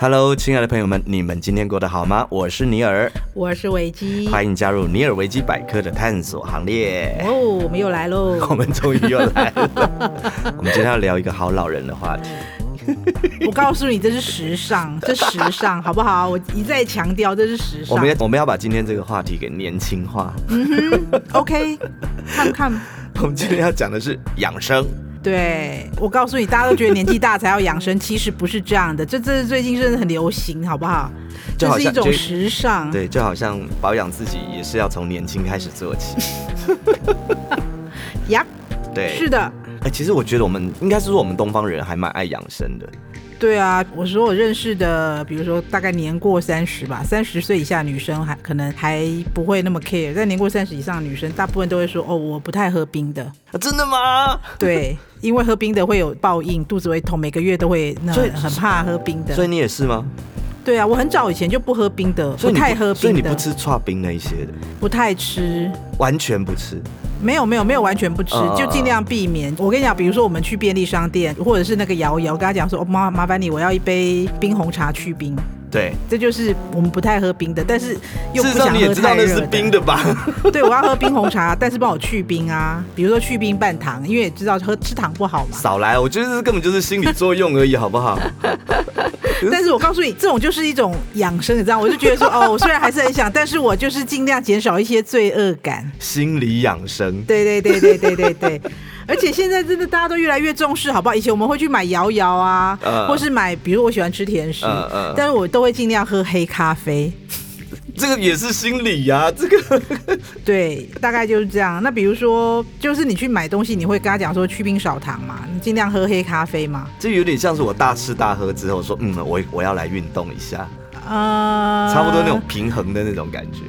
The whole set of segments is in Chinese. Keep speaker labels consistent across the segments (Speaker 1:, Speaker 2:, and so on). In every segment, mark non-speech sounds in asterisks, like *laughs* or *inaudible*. Speaker 1: Hello，亲爱的朋友们，你们今天过得好吗？我是尼尔，
Speaker 2: 我是维基。
Speaker 1: 欢迎加入尼尔维基百科的探索行列。 *laughs*
Speaker 2: 哦，我们又来喽。
Speaker 1: 我们终于又来了， *laughs* 我们今天要聊一个好老人的话
Speaker 2: 啊
Speaker 1: 题。
Speaker 2: 我告诉你，这是时尚，这时尚，好不好？我一再强调，这是时
Speaker 1: 我
Speaker 2: 尚
Speaker 1: 们。要我们要把今天这个话题给年轻化。 *laughs*
Speaker 2: OK，看看。
Speaker 1: 我们今天要讲的是养生。
Speaker 2: 对，我告诉你，大家都觉得年纪大才要养生，其实不是这样的。这这是最近真的很流行，好不好？
Speaker 1: 就
Speaker 2: 这
Speaker 1: 好
Speaker 2: 是
Speaker 1: 像
Speaker 2: 一种
Speaker 1: 就
Speaker 2: 时尚。
Speaker 1: 对，就好像保养自己也是要从年轻开始做
Speaker 2: *laughs*
Speaker 1: 起。
Speaker 2: 呀，
Speaker 1: 对，
Speaker 2: 是的，
Speaker 1: 哎，其实我觉得我们应该是说我们东方人还蛮爱养生的。
Speaker 2: 对啊。我说我认识的，比如说大概年过三十吧，三十岁以下女生还可能还不会那么 care，但年过三十以上的女生，大部分都会说哦，我不太喝冰的。
Speaker 1: 啊、真的吗？ *laughs*
Speaker 2: 对，因为喝冰的会有报应，肚子会痛，每个月都会那
Speaker 1: 所以
Speaker 2: 很怕喝冰
Speaker 1: 所以
Speaker 2: 的。
Speaker 1: 你也是吗？
Speaker 2: 对啊，我很早以前就不喝冰的，
Speaker 1: 所以你
Speaker 2: 太喝
Speaker 1: 所以
Speaker 2: 冰
Speaker 1: 你
Speaker 2: 的，
Speaker 1: 不吃串冰那一些的，
Speaker 2: 不太吃。
Speaker 1: 完全不吃。
Speaker 2: 没有没有没有完全不吃，
Speaker 1: 嗯嗯嗯
Speaker 2: 就尽量避免。我跟你讲，比如说我们去便利商店，或者是那个摇一摇，跟他讲说，哦麻麻烦你，我要一杯冰红茶去冰。
Speaker 1: 对，
Speaker 2: 这就是我们不太喝冰的，但是又
Speaker 1: 事
Speaker 2: 不
Speaker 1: 实
Speaker 2: 想
Speaker 1: 上你也
Speaker 2: 喝
Speaker 1: 知道
Speaker 2: 太
Speaker 1: 那
Speaker 2: 热
Speaker 1: 是冰。的吧？ *laughs*
Speaker 2: 对，我要喝冰红茶，但是帮我去冰啊，比如说去冰半糖，因为也知道喝吃糖不好嘛。
Speaker 1: 少来，我觉得这根本就是心理作用而已，好不 *laughs* 好？
Speaker 2: *laughs* 但是我告诉你，这种就是一种养生，你知道，我就 *laughs* 觉得说，哦，我虽然还是很想，但是我就是尽量减少一些罪恶感。
Speaker 1: 心理养生。
Speaker 2: 对对对对对对对。 *laughs* 而且现在真的大家都越来越重视，好不好？以前我们会去买摇摇啊，
Speaker 1: 嗯
Speaker 2: 或是买，比如我喜欢吃甜食，
Speaker 1: 嗯嗯
Speaker 2: 但是我都会尽量喝黑咖啡。
Speaker 1: 这个也是心理呀、这个
Speaker 2: 对，大概就是这样。那比如说，就是你去买东西，你会跟他讲说去冰少糖嘛，你尽量喝黑咖啡嘛。
Speaker 1: *laughs* 这有点像是我大吃大喝之后说，嗯，我我要来运动一下，
Speaker 2: 呃，
Speaker 1: 差不多那种平衡的那种感觉。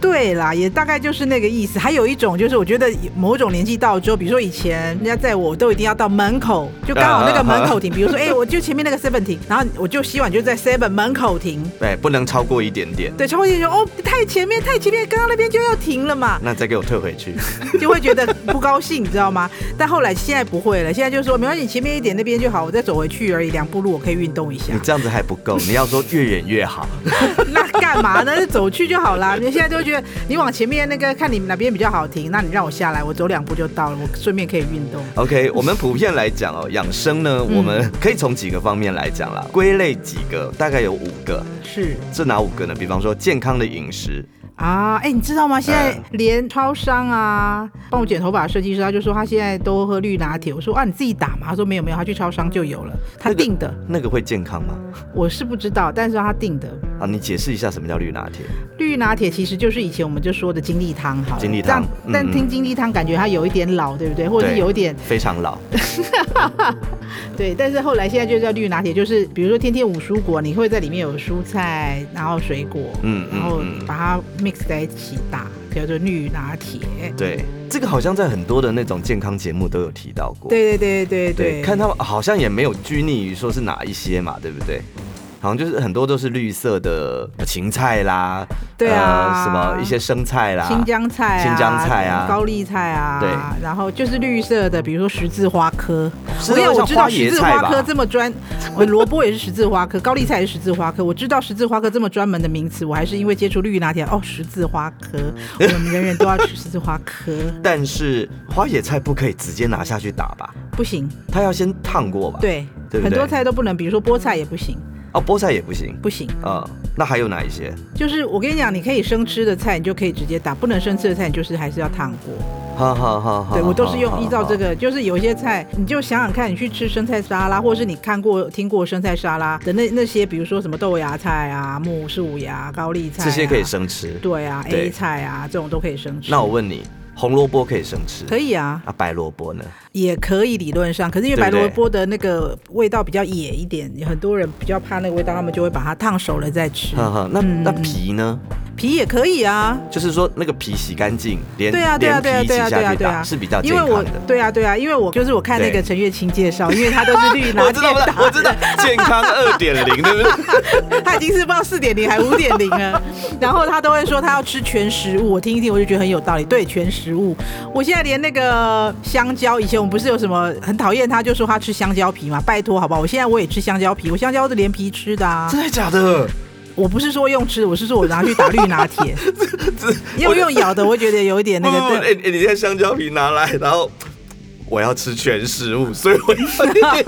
Speaker 2: 对啦，也大概就是那个意思。还有一种就是，我觉得某种年纪到了之后，比如说以前人家载我，我都一定要到门口，就刚好那个门口停。比如说，哎、我就前面那个 seven 停，然后我就洗碗就在 seven 门口停。
Speaker 1: 对，哎不能超过一点点，
Speaker 2: 对，超过就说哦，太前面，太前面，刚刚那边就要停
Speaker 1: *laughs*
Speaker 2: 了嘛，
Speaker 1: 那再给我退回去。
Speaker 2: 就会觉得不高兴，你知道吗？但后来现在不会了，现在就说没关系，前面一点那边就好，我再走回去而已，两步路我可以运动一下
Speaker 1: 你。这样子还不够，你要说越远越好。
Speaker 2: 那干嘛呢？走去就好啦。你现在都觉得你往前面那个看你哪边比较好停，那你让我下来，我走两步就到了，我顺便可以运动。
Speaker 1: *laughs* OK，我们普遍来讲哦，养生呢，我们可以从几个方面来讲啦，归类几个，大概有五个。
Speaker 2: 是
Speaker 1: 这哪五个呢？比方说健康的饮食，
Speaker 2: 啊，哎、你知道吗？现在
Speaker 1: 嗯
Speaker 2: 连超商啊，帮我剪头发的设计师，他就说他现在都喝绿拿铁。我说啊，你自己打嘛？他说没有没有，他去超商就有了，他
Speaker 1: 那个
Speaker 2: 订的。
Speaker 1: 那个会健康吗？
Speaker 2: 我是不知道，但是他订的。
Speaker 1: 啊，你解释一下什么叫绿拿铁？
Speaker 2: 绿拿铁其实就是以前我们就说的精力汤，好了，
Speaker 1: 精力汤
Speaker 2: 这样
Speaker 1: 嗯
Speaker 2: 但
Speaker 1: 嗯
Speaker 2: 听精力汤感觉它有一点老，对不对？或者是
Speaker 1: 对
Speaker 2: 有一点
Speaker 1: 非常老，
Speaker 2: 对，但是后来现在就叫绿拿铁，就是比如说天天五蔬果，你会在里面有蔬菜，然后水果，
Speaker 1: 嗯嗯
Speaker 2: 然后
Speaker 1: 嗯
Speaker 2: 把它 mix 在一起打，叫做绿拿铁。
Speaker 1: 对，这个好像在很多的那种健康节目都有提到过。
Speaker 2: 对对对对对，
Speaker 1: 看他们好像也没有拘泥于说是哪一些嘛，对不对？好像就是很多都是绿色的呃芹菜啦，
Speaker 2: 对啊
Speaker 1: 呃什么一些生菜啦，
Speaker 2: 青江菜啊、
Speaker 1: 青江菜啊
Speaker 2: 高丽菜啊，
Speaker 1: 对，
Speaker 2: 然后就是绿色的，比如说十字花科。
Speaker 1: 十字花
Speaker 2: 我跟你讲我知道
Speaker 1: 像花椰
Speaker 2: 十字
Speaker 1: 菜
Speaker 2: 花
Speaker 1: 吧
Speaker 2: 科这么
Speaker 1: *laughs*
Speaker 2: 专，我萝卜也是十字花科，高丽菜也是十字花科。我知道十字花科这么专门的名词，我还是因为接触绿拿铁哦，十字花科，我们人人都要吃十字花科，
Speaker 1: 但是花野菜不可以直接拿下去打吧？
Speaker 2: 不行，
Speaker 1: 它要先烫过吧？，
Speaker 2: 对，
Speaker 1: 对不对
Speaker 2: 很多菜都不能，比如说菠菜也不行，
Speaker 1: 哦，菠菜也不行。
Speaker 2: 不行。
Speaker 1: 啊、那还有哪一些？
Speaker 2: 就是我跟你讲，你可以生吃的菜，你就可以直接打；不能生吃的菜，你就是还是要烫过。
Speaker 1: 哈哈哈哈
Speaker 2: 对我都是
Speaker 1: 哈
Speaker 2: 用
Speaker 1: 哈
Speaker 2: 依照这个，就是有一些菜，你就想想看，你去吃生菜沙拉，或是你看过、听过生菜沙拉的那那些，比如说什么豆芽菜啊、木薯芽、高丽菜、啊
Speaker 1: 这些可以，生吃。
Speaker 2: 对啊
Speaker 1: 对
Speaker 2: ，A 菜啊，这种都可以生吃。
Speaker 1: 那我问你，红萝卜可以生吃？
Speaker 2: 可以啊，
Speaker 1: 啊，白萝卜呢？
Speaker 2: 也可以理论上，可是因为
Speaker 1: 对
Speaker 2: 白
Speaker 1: 不对
Speaker 2: 萝卜的那个味道比较野一点，很多人比较怕那个味道，他们就会把它烫熟了再吃。
Speaker 1: 哈哈，那、
Speaker 2: 嗯
Speaker 1: 那皮呢？
Speaker 2: 皮也可以啊。
Speaker 1: 就是说那个皮洗干净，连
Speaker 2: 对啊，对啊，
Speaker 1: 连
Speaker 2: 对啊，
Speaker 1: 皮一起
Speaker 2: 对啊，对
Speaker 1: 下
Speaker 2: 啊，
Speaker 1: 去
Speaker 2: 对啊，
Speaker 1: 打是比较健
Speaker 2: 因为
Speaker 1: 康
Speaker 2: 我
Speaker 1: 的。
Speaker 2: 对啊，对啊，因为我就是我看那
Speaker 1: 对
Speaker 2: 个陈月清介绍，因为他都
Speaker 1: *laughs*
Speaker 2: 是绿拿
Speaker 1: 我知道，我知道，我
Speaker 2: *laughs*
Speaker 1: 知道，健康二点零，对不对？
Speaker 2: 他已经是不知道四点零还五点零了，然后他都会说他要吃全食物，我听一听我就觉得很有道理。对，全食物，我现在连那个香蕉，以前我们不是有什么很讨厌他，就说他吃香蕉皮嘛，拜托好不好？我现在我也吃香蕉皮，我香蕉是连皮吃的啊，
Speaker 1: 真的假的？
Speaker 2: 我不是说用吃的，我是说我拿去打绿拿铁，
Speaker 1: *laughs* 这
Speaker 2: 因
Speaker 1: 我
Speaker 2: 为用咬的，我会觉得有一点
Speaker 1: *laughs*
Speaker 2: 那
Speaker 1: 不不不
Speaker 2: 个。
Speaker 1: 哎、哎你现在香蕉皮拿来，然后我要吃全食物，所以我要吃。哎、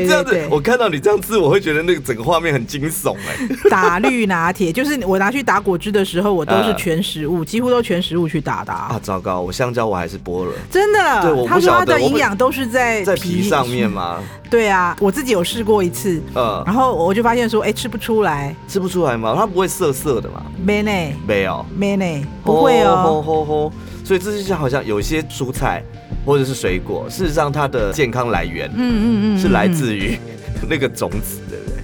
Speaker 2: 对
Speaker 1: 这样子
Speaker 2: 对，
Speaker 1: 我看到你这样吃，我会觉得那个整个画面很惊悚、哎，
Speaker 2: 打绿拿铁 *laughs* 就是我拿去打果汁的时候，我都是
Speaker 1: 嗯
Speaker 2: 全食物，几乎都全食物去打的啊
Speaker 1: 啊，糟糕，我香蕉我还是剥了。
Speaker 2: 真的，
Speaker 1: 对我不
Speaker 2: 他说
Speaker 1: 晓
Speaker 2: 他
Speaker 1: 得
Speaker 2: 的
Speaker 1: 我不
Speaker 2: 营养都是在
Speaker 1: 在皮上面嘛，
Speaker 2: *laughs* 对啊，我自己有试过一次，
Speaker 1: 呃，
Speaker 2: 然后我就发现说，哎，吃不出来
Speaker 1: 吃不出来嘛，它不会涩涩的嘛，
Speaker 2: ，man 呢
Speaker 1: 没有，
Speaker 2: ，man 呢，不会
Speaker 1: 吼
Speaker 2: 哦。
Speaker 1: 吼吼，所以这就像好像有些蔬菜或者是水果，事实上它的健康来源
Speaker 2: 嗯嗯嗯，
Speaker 1: 是来
Speaker 2: 嗯
Speaker 1: 自于 *laughs* 那个种子，对不对？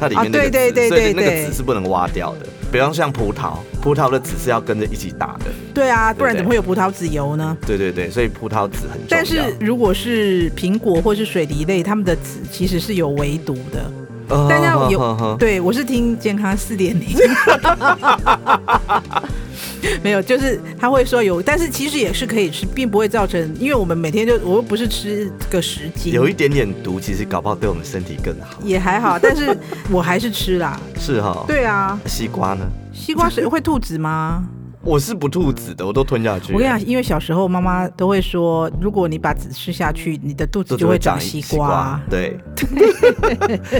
Speaker 1: 它里面
Speaker 2: 啊
Speaker 1: 那个籽，
Speaker 2: 对对对
Speaker 1: 所以
Speaker 2: 对
Speaker 1: 那个
Speaker 2: 对
Speaker 1: 籽是不能挖掉的。比方像葡萄，葡萄的籽是要跟着一起打的，
Speaker 2: 对啊，不然
Speaker 1: 对
Speaker 2: 怎么会有葡萄籽油呢？
Speaker 1: 对对对，所以葡萄籽很重要。
Speaker 2: 但是如果是苹果或是水梨类，它们的籽其实是有围毒的。
Speaker 1: 呃，
Speaker 2: 但是
Speaker 1: 呵呵呵
Speaker 2: 有对我是听健康四点零， *laughs* 没有，就是他会说有，但是其实也是可以吃，并不会造成，因为我们每天就我又不是吃个十斤，
Speaker 1: 有一点点毒，其实搞不好对我们身体更好。
Speaker 2: 也还好，但是我还是吃
Speaker 1: *laughs*
Speaker 2: 啦。
Speaker 1: 是哈、
Speaker 2: 对啊，
Speaker 1: 西瓜呢？
Speaker 2: 西瓜水会吐籽吗？
Speaker 1: 我是不吐籽的，我都吞下去。
Speaker 2: 我跟你讲，因为小时候妈妈都会说，如果你把籽吃下去，你的肚子
Speaker 1: 这
Speaker 2: 就
Speaker 1: 就
Speaker 2: 会
Speaker 1: 会
Speaker 2: 长
Speaker 1: 长
Speaker 2: 西瓜。
Speaker 1: 瓜。对， *laughs*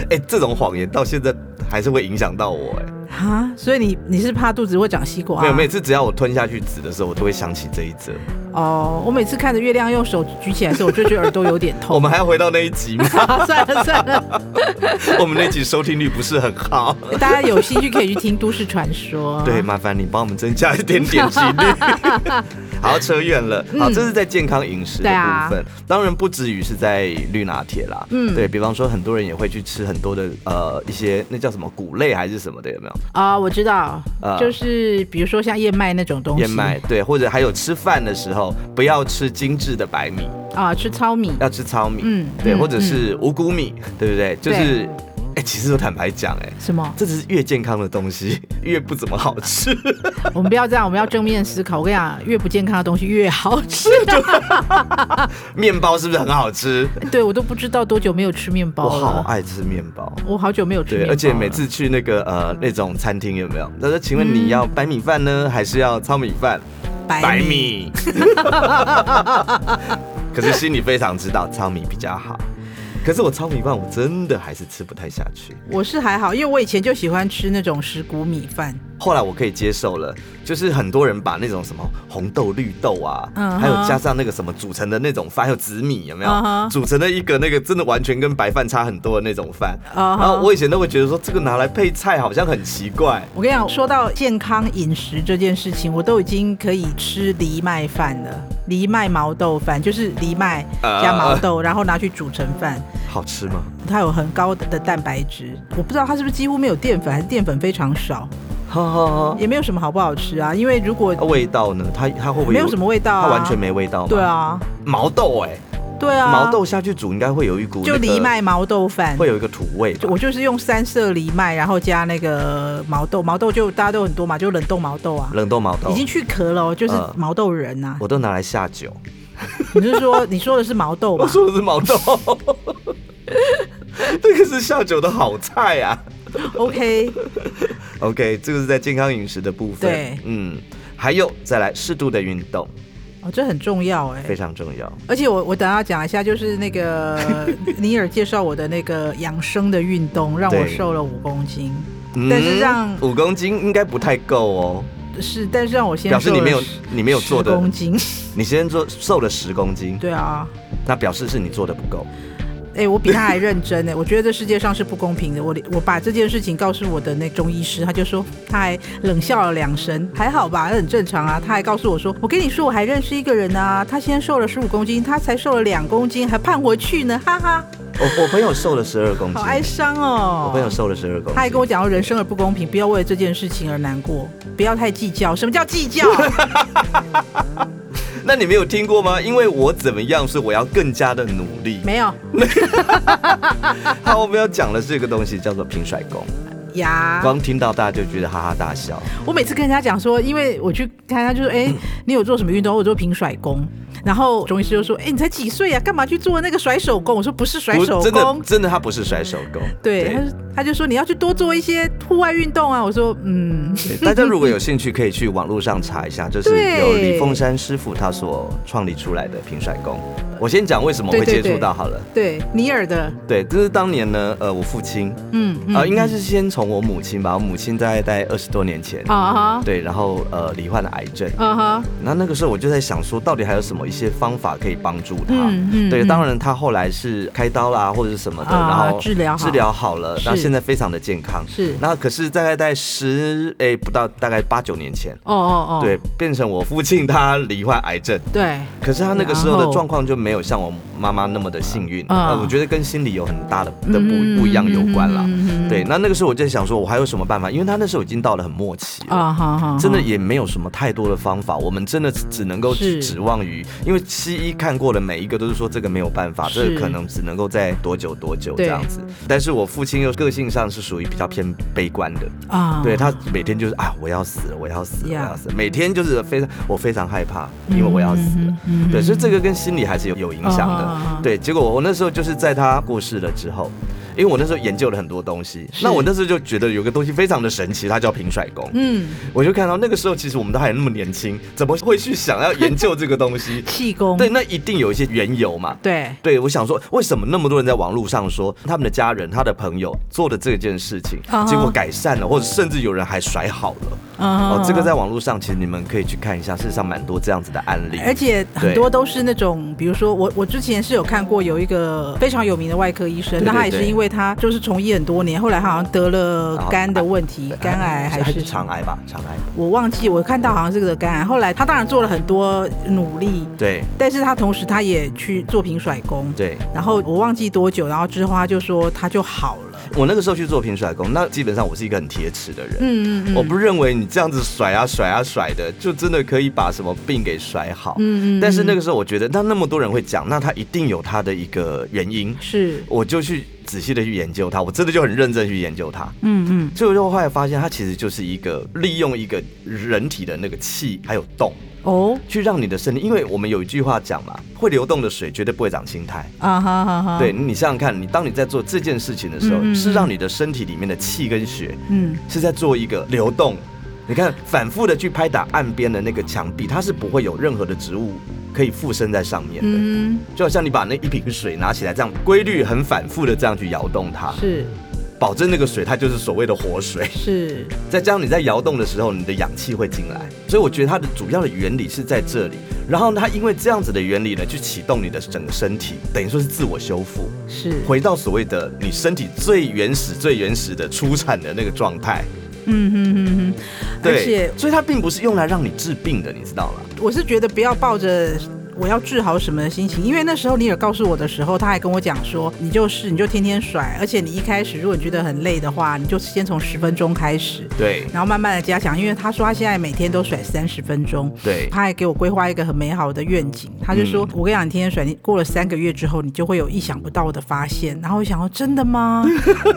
Speaker 1: 哎、这种谎言到现在还是会影响到我、哎、
Speaker 2: 啊，所以你你是怕肚子会长西瓜？
Speaker 1: 没有，每次只要我吞下去籽的时候，我都会想起这一则。
Speaker 2: 哦，我每次看着月亮用手举起来的时候，我就觉得耳朵有点
Speaker 1: 我
Speaker 2: 痛。
Speaker 1: 们还要回到那一集
Speaker 2: *laughs*
Speaker 1: 吗？
Speaker 2: 啊算了算了，
Speaker 1: *laughs* 我们那集收听率不是很好，
Speaker 2: 大家有兴趣可以去听《都市传说》。
Speaker 1: *laughs* 对，麻烦你帮我们增加一点点几 *laughs* 率。好，扯远了。好，这是在健康饮食的
Speaker 2: 对啊
Speaker 1: 部分，当然不止于是在绿拿铁啦。
Speaker 2: 嗯
Speaker 1: 对比方说，很多人也会去吃很多的呃一些那叫什么谷类还是什么的，有没有？
Speaker 2: 啊、我知道，
Speaker 1: 啊
Speaker 2: 就是比如说像燕麦那种东西，
Speaker 1: 燕麦对，或者还有吃饭的时候不要吃精致的白米，
Speaker 2: 啊，吃糙米，
Speaker 1: 要吃糙米，
Speaker 2: 嗯
Speaker 1: 对，
Speaker 2: 嗯
Speaker 1: 或者是五谷米，对不对？就是，哎、其实我坦白讲，哎，
Speaker 2: 什么？
Speaker 1: 这只是越健康的东西 *laughs* 越不怎么好吃，
Speaker 2: 我们不要这样，我们要正面思考。我跟你讲，越不健康的东西越好
Speaker 1: *laughs*
Speaker 2: 吃。
Speaker 1: 面包是不是很好吃？
Speaker 2: 对我都不知道多久没有吃面包
Speaker 1: 我
Speaker 2: 了，
Speaker 1: 好爱吃面包。
Speaker 2: 我好久没有吃面
Speaker 1: 对，
Speaker 2: 包了，啊
Speaker 1: 而且每次去那个呃那种餐厅有没有？他说：“请问你要白米饭呢，
Speaker 2: 嗯
Speaker 1: 还是要糙米饭？”白米。 *laughs*
Speaker 2: *laughs*
Speaker 1: 可是心里非常知道糙米比较好，可是我糙米饭我真的还是吃不太下去。
Speaker 2: 我是还好，因为我以前就喜欢吃那种石谷米饭，
Speaker 1: 后来我可以接受了，就是很多人把那种什么红豆、绿豆啊
Speaker 2: 嗯哼
Speaker 1: 还有加上那个什么组成的那种饭，还有紫米有没有
Speaker 2: 嗯哼
Speaker 1: 组成了一个那个真的完全跟白饭差很多的那种饭。
Speaker 2: 嗯哼
Speaker 1: 然后我以前都会觉得说这个拿来配菜好像很奇怪，
Speaker 2: 我跟你讲，说到健康饮食这件事情，我都已经可以吃藜麦饭了，藜麦毛豆饭就是藜麦加毛豆，然后拿去煮成饭，
Speaker 1: 好吃吗？
Speaker 2: 它有很高的蛋白质，我不知道它是不是几乎没有淀粉，还是淀粉非常少，
Speaker 1: 哈哈哈。
Speaker 2: 也没有什么好不好吃啊，因为如果
Speaker 1: 啊味道呢？它它会不会
Speaker 2: 没有什么味道啊
Speaker 1: 它完全没味道吗？
Speaker 2: 对，啊，
Speaker 1: 毛豆哎、
Speaker 2: 对啊，
Speaker 1: 毛豆下去煮应该会有一股、
Speaker 2: 就藜，麦毛豆饭，
Speaker 1: 会有一个土味吧。
Speaker 2: 就我就是用三色藜麦，然后加那个毛豆，毛豆就大家都很多嘛，就冷冻毛豆啊，
Speaker 1: 冷冻毛豆
Speaker 2: 已经去壳了、哦，就是
Speaker 1: 嗯
Speaker 2: 毛豆仁呐、
Speaker 1: 我都拿来下酒。
Speaker 2: 你是说你说的是毛豆
Speaker 1: 我
Speaker 2: 吧？
Speaker 1: 说的是毛豆， *laughs* 这个是下酒的好菜啊。
Speaker 2: ？OK，
Speaker 1: OK，这个是在健康饮食的部分。
Speaker 2: 对
Speaker 1: 嗯，还有再来适度的运动
Speaker 2: 哦，这很重要哎、
Speaker 1: 非常重要。
Speaker 2: 而且我我等下讲一下，就是那
Speaker 1: *laughs*
Speaker 2: 个尼尔介绍我的那个养生的运动，让我
Speaker 1: 对
Speaker 2: 瘦了五公斤，
Speaker 1: 嗯
Speaker 2: 但是让
Speaker 1: 五公斤应该不太够哦。
Speaker 2: 是，但是让我先
Speaker 1: 表示
Speaker 2: 瘦
Speaker 1: 你
Speaker 2: 了
Speaker 1: 没有
Speaker 2: 10
Speaker 1: 你没有做的
Speaker 2: 10公斤，
Speaker 1: 你先做瘦了十公斤，
Speaker 2: 对啊，
Speaker 1: 那表示是你做的不够。
Speaker 2: 哎、我比他还认真哎呢、我觉得这世界上是不公平的。我我把这件事情告诉我的那中医师，他就说他还冷笑了两声，还好吧，那很正常啊。他还告诉我说，我跟你说，我还认识一个人啊，他先瘦了十五公斤，他才瘦了两公斤，还胖回去呢，哈哈。
Speaker 1: 我我朋友瘦了十二公斤，
Speaker 2: 好哀伤哦。
Speaker 1: 我朋友瘦了十二公斤，
Speaker 2: 他还跟我讲说人生而不公平，不要为了这件事情而难过，不要太计较。什么叫
Speaker 1: *laughs*
Speaker 2: 计较？
Speaker 1: 那你没有听过吗？因为我怎么样，所以我要更加的努力。
Speaker 2: 没有
Speaker 1: 好，我们要讲的这个东西叫做平甩功，
Speaker 2: 呀。
Speaker 1: 光听到大家就觉得哈哈大笑。
Speaker 2: 我每次跟人家讲说，因为我去看他就说，哎、
Speaker 1: 嗯
Speaker 2: 你有做什么运动？我做平甩功。然后钟医师就说，哎、你才几岁啊？干嘛去做那个甩手功？我说不是甩
Speaker 1: 不
Speaker 2: 手
Speaker 1: 真的
Speaker 2: 功。
Speaker 1: 真的，他不是甩手功。
Speaker 2: 对，他就他就说你要去多做一些户外运动啊。我说嗯，
Speaker 1: 对大
Speaker 2: *laughs*
Speaker 1: 家如果有兴趣，可以去网络上查一下，就是
Speaker 2: 对
Speaker 1: 有李凤山师傅他所创立出来的平甩功。我先讲为什么我会
Speaker 2: 对对
Speaker 1: 接
Speaker 2: 对
Speaker 1: 触到好了。
Speaker 2: 对，尼尔的，
Speaker 1: 对，这是当年呢，呃，我父亲，
Speaker 2: 嗯，嗯
Speaker 1: 呃，应该是先从我母亲吧，我母亲大概在二十多年前，
Speaker 2: 啊哈，
Speaker 1: 对，然后呃罹患了癌症。
Speaker 2: 啊哈，
Speaker 1: 那那个时候我就在想说，到底还有什么一些方法可以帮助他？
Speaker 2: 嗯嗯
Speaker 1: 对，
Speaker 2: 嗯
Speaker 1: 当然他后来是开刀啦或者是什么的，
Speaker 2: 啊
Speaker 1: 然后
Speaker 2: 治疗好
Speaker 1: 治疗好了，
Speaker 2: 是
Speaker 1: 那现在非常的健康。
Speaker 2: 是，
Speaker 1: 那可是大概在十哎不到大概八九年前，
Speaker 2: 哦哦哦，
Speaker 1: 对，变成我父亲他罹患癌症，
Speaker 2: 对，啊
Speaker 1: 可是他那个时候
Speaker 2: 然
Speaker 1: 的
Speaker 2: 后
Speaker 1: 状况就没有像我妈妈那么的幸运，
Speaker 2: 啊
Speaker 1: 呃，我觉得跟心理有很大的的
Speaker 2: 嗯
Speaker 1: 不不一样有关啦。
Speaker 2: 嗯嗯嗯嗯
Speaker 1: 对，那那个时候我就在想说，我还有什么办法？因为他那时候已经到了很末期了。
Speaker 2: 啊哈哈，
Speaker 1: 真的也没有什么太多的方法，我们真的只能够
Speaker 2: 是
Speaker 1: 指望于，因为西医看过的每一个都是说这个没有办法，
Speaker 2: 是
Speaker 1: 这个可能只能够在多久多久这
Speaker 2: 对
Speaker 1: 样子。但是我父亲又个性上是属于比较偏悲观的，
Speaker 2: 啊，
Speaker 1: 对他每天就是啊我要死了，我要死了，我
Speaker 2: Yeah
Speaker 1: 要死了，每天就是非常我非常害怕，因为我要死了。
Speaker 2: 嗯
Speaker 1: 对，所以这个跟心理还是有有影响
Speaker 2: 哦哦哦哦
Speaker 1: 的。对，结果我那时候就是在他过世了之后。因为我那时候研究了很多东西，
Speaker 2: 是
Speaker 1: 那我那时候就觉得有个东西非常的神奇，它叫平甩功。
Speaker 2: 嗯，？
Speaker 1: *laughs* 我就看到那个时候，其实我们都还那么年轻，怎么会去想要研究这个东西
Speaker 2: *laughs* 气功，
Speaker 1: 对，那一定有一些缘由嘛。
Speaker 2: 对
Speaker 1: 对，我想说，为什么那么多人在网络上说他们的家人、他的朋友做的这件事情
Speaker 2: 啊哈，
Speaker 1: 结果改善了，或者甚至有人还甩好了？
Speaker 2: 啊
Speaker 1: 哦，这个在网络上其实你们可以去看一下，事实上蛮多这样子的案例。
Speaker 2: 而且很
Speaker 1: 对
Speaker 2: 多都是那种，比如说我我之前是有看过有一个非常有名的外科医生，
Speaker 1: 对
Speaker 2: 那他也
Speaker 1: 对
Speaker 2: 是
Speaker 1: 对
Speaker 2: 因为他就是从医很多年，后来他好像得了
Speaker 1: 然后
Speaker 2: 肝的问题
Speaker 1: 对，
Speaker 2: 肝癌还是
Speaker 1: 肠癌吧？肠癌。
Speaker 2: 我忘记，我看到好像是个肝癌。后来他当然做了很多努力，
Speaker 1: 对
Speaker 2: 但是他同时他也去做平甩功，
Speaker 1: 对，
Speaker 2: 然后我忘记多久，然后之后他就说他就好了。
Speaker 1: 我那个时候去做平甩功，那基本上我是一个很铁齿的人。
Speaker 2: 嗯嗯
Speaker 1: 我不认为你这样子甩啊甩啊甩的，就真的可以把什么病给甩好。
Speaker 2: 嗯嗯
Speaker 1: 但是那个时候，我觉得那那么多人会讲，那他一定有他的一个原因，
Speaker 2: 是，
Speaker 1: 我就去仔细的去研究它，我真的就很认真地去研究它。
Speaker 2: 嗯嗯
Speaker 1: 最后就后来发现，它其实就是一个利用一个人体的那个气还有动，
Speaker 2: 哦
Speaker 1: 去让你的身体，因为我们有一句话讲嘛，会流动的水绝对不会长青苔。
Speaker 2: 啊哈哈哈，
Speaker 1: 对，你想想看，你当你在做这件事情的时候，
Speaker 2: 嗯嗯嗯
Speaker 1: 是让你的身体里面的气跟血
Speaker 2: 嗯
Speaker 1: 是在做一个流动。你看，反复的去拍打岸边的那个墙壁，它是不会有任何的植物可以附身在上面的。
Speaker 2: 嗯
Speaker 1: 就好像你把那一瓶水拿起来，这样规律很反复的这样去摇动它，
Speaker 2: 是
Speaker 1: 保证那个水它就是所谓的活水。
Speaker 2: 是
Speaker 1: 再加上你在摇动的时候，你的氧气会进来，所以我觉得它的主要的原理是在这里。然后它因为这样子的原理呢，去启动你的整个身体，等于说是自我修复。
Speaker 2: 是，
Speaker 1: 回到所谓的你身体最原始、最原始的出产的那个状态。
Speaker 2: 嗯嗯嗯嗯，而
Speaker 1: 对
Speaker 2: 且，
Speaker 1: 所以它并不是用来让你治病的，你知道吗？
Speaker 2: 我是觉得不要抱着。我要治好什么的心情？因为那时候尼尔告诉我的时候，他还跟我讲说，你就是你就天天甩，而且你一开始如果你觉得很累的话，你就先从十分钟开始，
Speaker 1: 对
Speaker 2: 然后慢慢的加强。因为他说他现在每天都甩三十分钟，
Speaker 1: 对嗯
Speaker 2: 他还给我规划一个很美好的愿景。他就说：“我跟你讲，你天天甩，你过了三个月之后，你就会有意想不到的发现。”然后我想说：“真的吗？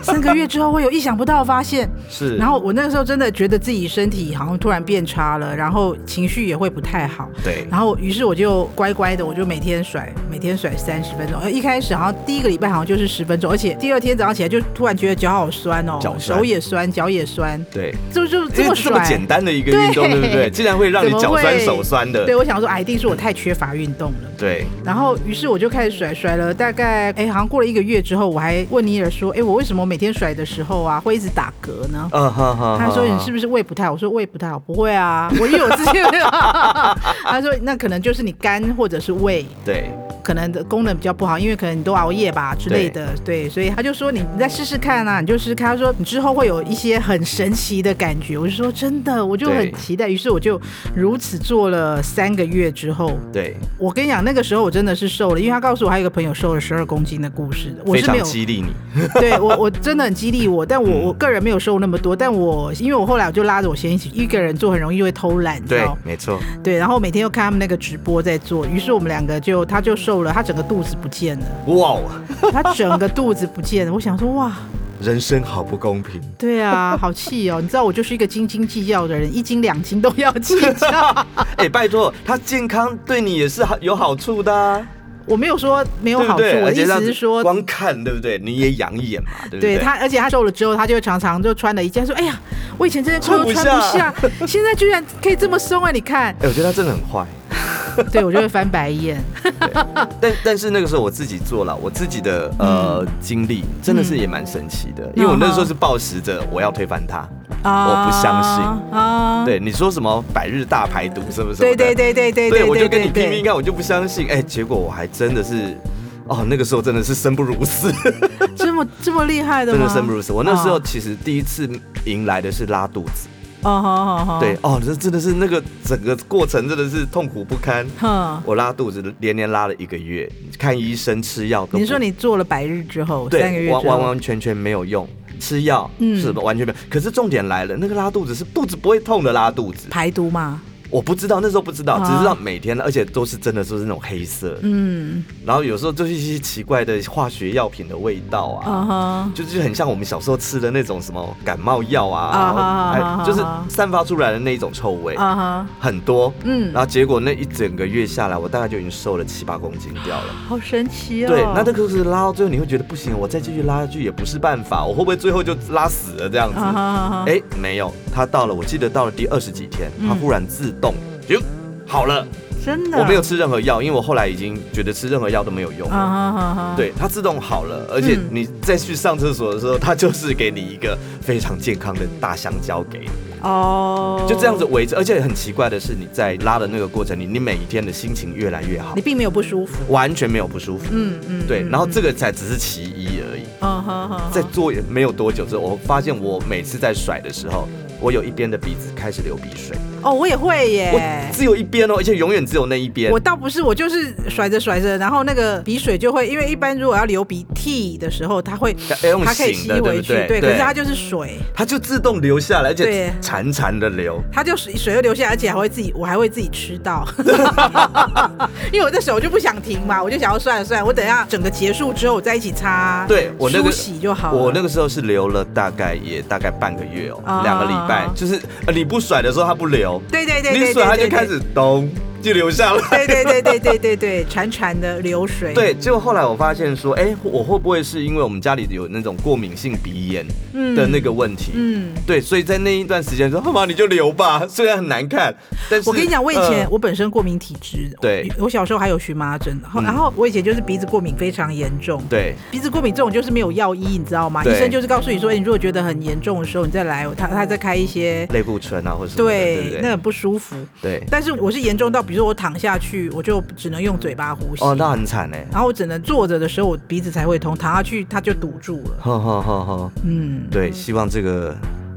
Speaker 2: 三个月之后会有意想不到的发现？”
Speaker 1: 是。
Speaker 2: 然后我那个时候真的觉得自己身体好像突然变差了，然后情绪也会不太好。
Speaker 1: 对
Speaker 2: 然后，于是我就乖乖的，我就每天甩，每天甩三十分钟。呃，一开始好像第一个礼拜好像就是十分钟，而且第二天早上起来就突然觉得脚好酸哦，
Speaker 1: 脚酸
Speaker 2: 手也酸，脚也酸，
Speaker 1: 对，
Speaker 2: 就就这
Speaker 1: 因
Speaker 2: 么
Speaker 1: 为
Speaker 2: 甩，
Speaker 1: 这么简单的一个运动，对
Speaker 2: 对
Speaker 1: 不对？竟然会让你脚酸手酸的，
Speaker 2: 对，我想说，啊，一定是我太缺乏运动了。
Speaker 1: 对
Speaker 2: 然后，于是我就开始甩甩了，大概哎，好像过了一个月之后，我还问尼尔说，哎，我为什么每天甩的时候啊，会一直打嗝呢？
Speaker 1: 啊哈哈。
Speaker 2: 他说你是
Speaker 1: 不
Speaker 2: 不是胃不太好？我说胃不太好，不会 *laughs* 啊，我也有自己。他说那可能就是你肝或者是胃
Speaker 1: 对
Speaker 2: 可能的功能比较不好，因为可能你都熬夜吧之类的，对，所以他就说你你再试试看啊，你就试试看。他说你之后会有一些很神奇的感觉，我就说真的，我就
Speaker 1: 对
Speaker 2: 很期待。于是我就如此做了三个月之后，
Speaker 1: 对，
Speaker 2: 我跟你讲，那个时候我真的是瘦了，因为他告诉我还有一个朋友瘦了十二公斤的故事，我
Speaker 1: 非
Speaker 2: 是没
Speaker 1: 常
Speaker 2: 有
Speaker 1: 激励你。
Speaker 2: *laughs* 对我，我真的很激励我，但
Speaker 1: 嗯
Speaker 2: 我我个人没有瘦那么多，但我因为我后来我就拉着我先一起一个人做，很容易会偷懒，你知
Speaker 1: 对
Speaker 2: 道，
Speaker 1: 没错，
Speaker 2: 对，然后每天又看他们那个直播在做，于是我们两个就他就瘦了，他整个肚子不见了，
Speaker 1: 哇哦，
Speaker 2: 他整个肚子不见了，我想说哇，
Speaker 1: 人生好不公
Speaker 2: *laughs*
Speaker 1: 平。
Speaker 2: 对啊，好气哦，你知道我就是一个斤斤计较的人，一斤两斤都要计较， *laughs*
Speaker 1: 哎、拜托，他健康对你也是好有好处的、啊，
Speaker 2: 我没有说没有
Speaker 1: 对不
Speaker 2: 好处，
Speaker 1: 对？
Speaker 2: 我
Speaker 1: 而
Speaker 2: 的
Speaker 1: 且
Speaker 2: 意
Speaker 1: 这样
Speaker 2: 思
Speaker 1: 子
Speaker 2: 是说
Speaker 1: 光看对不对？你也养眼嘛，对不对？
Speaker 2: 他，而且他瘦了之后，他就会常常就穿了一件，说：“哎呀，我以前真的裤
Speaker 1: 穿
Speaker 2: 都
Speaker 1: 不
Speaker 2: 穿不下，
Speaker 1: *laughs*
Speaker 2: 现在居然可以这么松啊！你看
Speaker 1: 哎、，我觉得他真的很坏。
Speaker 2: *laughs* 对我就会翻白眼。
Speaker 1: 但但是那个时候我自己做了，我自己的呃、
Speaker 2: 嗯
Speaker 1: 经历真的是也蛮神奇的，因为我那时候是抱持着我要推翻他。
Speaker 2: 嗯
Speaker 1: 我不相信
Speaker 2: 啊，
Speaker 1: 对，你说什么百日大排毒是不是？
Speaker 2: 对对对对对
Speaker 1: 对，我就
Speaker 2: 对
Speaker 1: 跟你
Speaker 2: 对
Speaker 1: 拼命啊
Speaker 2: 对，
Speaker 1: 看，我就不相信。哎、结果我还真的是，哦，那个时候真的是生不如
Speaker 2: *laughs*
Speaker 1: 死，
Speaker 2: 这么这么厉害的
Speaker 1: 真
Speaker 2: 吗？
Speaker 1: 的生不如死。我那时候
Speaker 2: 哦
Speaker 1: 其实第一次迎来的是拉肚子，
Speaker 2: 哦，好好好，
Speaker 1: 对，，哦，这真的是那个整个过程真的是痛苦不堪。
Speaker 2: 哼，
Speaker 1: 我拉肚子连连拉了一个月，看医生吃药都不。
Speaker 2: 你说你做了百日之后，三个
Speaker 1: 对
Speaker 2: 月
Speaker 1: 完
Speaker 2: 之
Speaker 1: 完
Speaker 2: 后，
Speaker 1: 完全全没有用，吃药
Speaker 2: 嗯
Speaker 1: 是完全没有。可是重点来了，那个拉肚子是肚子不会痛的拉肚子，
Speaker 2: 排毒嘛，
Speaker 1: 我不知道那时候不知道，
Speaker 2: 啊
Speaker 1: 只知道每天，而且都是真的都是那种黑色，
Speaker 2: 嗯，
Speaker 1: 然后有时候就是一些奇怪的化学药品的味道啊。
Speaker 2: 啊哈，
Speaker 1: 就是很像我们小时候吃的那种什么感冒药
Speaker 2: 啊哈啊哈
Speaker 1: 啊，
Speaker 2: 啊
Speaker 1: 哎
Speaker 2: 哈
Speaker 1: 就是散发出来的那一种臭味，
Speaker 2: 啊哈，
Speaker 1: 很多。
Speaker 2: 嗯
Speaker 1: 然后结果那一整个月下来，我大概就已经瘦了七八公斤掉了。
Speaker 2: 好神奇哦。
Speaker 1: 对，那这个是拉到最后，你会觉得不行，我再继续拉下去也不是办法，我会不会最后就拉死了这样子？
Speaker 2: 啊哈啊哈，
Speaker 1: 哎、没有，他到了，我记得到了第二十几天，他
Speaker 2: 嗯
Speaker 1: 忽然自动就、好了，
Speaker 2: 真的，
Speaker 1: 我没有吃任何药，因为我后来已经觉得吃任何药都没有用了。
Speaker 2: 啊哈啊哈，
Speaker 1: 对，它自动好了，而且
Speaker 2: 嗯
Speaker 1: 你再去上厕所的时候，它就是给你一个非常健康的大香蕉给你，
Speaker 2: 哦，
Speaker 1: 就这样子，维持。而且很奇怪的是，你在拉的那个过程里，你每一天的心情越来越好
Speaker 2: 你，并没有不舒服。
Speaker 1: 完全没有不舒服。
Speaker 2: 嗯嗯，
Speaker 1: 对，
Speaker 2: 嗯
Speaker 1: 然后
Speaker 2: 嗯
Speaker 1: 这个才只是其一而已。
Speaker 2: 嗯哼哼，
Speaker 1: 在做也没有多久之后，我发现我每次在甩的时候，我有一边的鼻子开始流鼻水，
Speaker 2: 哦，我也会
Speaker 1: 我
Speaker 2: 耶。
Speaker 1: 只有一边哦，而且永远只有那一边
Speaker 2: 哎我。倒不是，我就是甩着甩着，然后那个鼻水就会，因为一般如果要流鼻涕的时候，它会，
Speaker 1: 要用
Speaker 2: 它可以
Speaker 1: 醒
Speaker 2: 吸
Speaker 1: 的对
Speaker 2: 回
Speaker 1: 不
Speaker 2: 去
Speaker 1: 对，
Speaker 2: 对，可
Speaker 1: 对
Speaker 2: 是它就是水，
Speaker 1: 它就自动流下来，而且
Speaker 2: 对
Speaker 1: 潺潺的流。
Speaker 2: 它就水水又流下来，而且还会自己，我还会自己吃到，因为我这手就不想停嘛，我就想要算了算了，我等一下整个结束之后我再一起擦，
Speaker 1: 对我那个
Speaker 2: 梳洗就好了，
Speaker 1: 我那个时候是流了大概也大概半个月哦，
Speaker 2: 啊
Speaker 1: 两个礼拜，就是呃你不甩的时候它不流，
Speaker 2: 对对对对，
Speaker 1: 你
Speaker 2: 对
Speaker 1: 甩它就
Speaker 2: 对对
Speaker 1: 开始咚就流下来。
Speaker 2: 对对对对对对对，潺潺的流水，
Speaker 1: 对，结果后来我发现说，哎，我会不会是因为我们家里有那种过敏性鼻炎
Speaker 2: 嗯
Speaker 1: 的那个问题？
Speaker 2: 嗯。
Speaker 1: 对，所以在那一段时间说，好吧，你就留吧， *laughs* 虽然很难看，但是
Speaker 2: 我跟你讲，我以前、
Speaker 1: 呃
Speaker 2: 我本身过敏体质，
Speaker 1: 对
Speaker 2: 我小时候还有荨麻疹，然后
Speaker 1: 嗯
Speaker 2: 然后我以前就是鼻子过敏非常严重。
Speaker 1: 对
Speaker 2: 鼻子过敏这种就是没有药医，你知道吗？医
Speaker 1: 对
Speaker 2: 生就是告诉你说，哎你如果觉得很严重的时候，你再来，他他再开一些，
Speaker 1: 类固醇啊或什么的，对不
Speaker 2: 对，
Speaker 1: 对？
Speaker 2: 那很不舒服。
Speaker 1: 对，
Speaker 2: 但是我是严重到，比如说我躺下去，我就只能用嘴巴呼吸，
Speaker 1: 哦，那很惨哎，
Speaker 2: 然后我只能坐着的时候，我鼻子才会通，躺下去它就堵住了。
Speaker 1: 哈哈哈哈，
Speaker 2: 嗯，
Speaker 1: 对，希望这个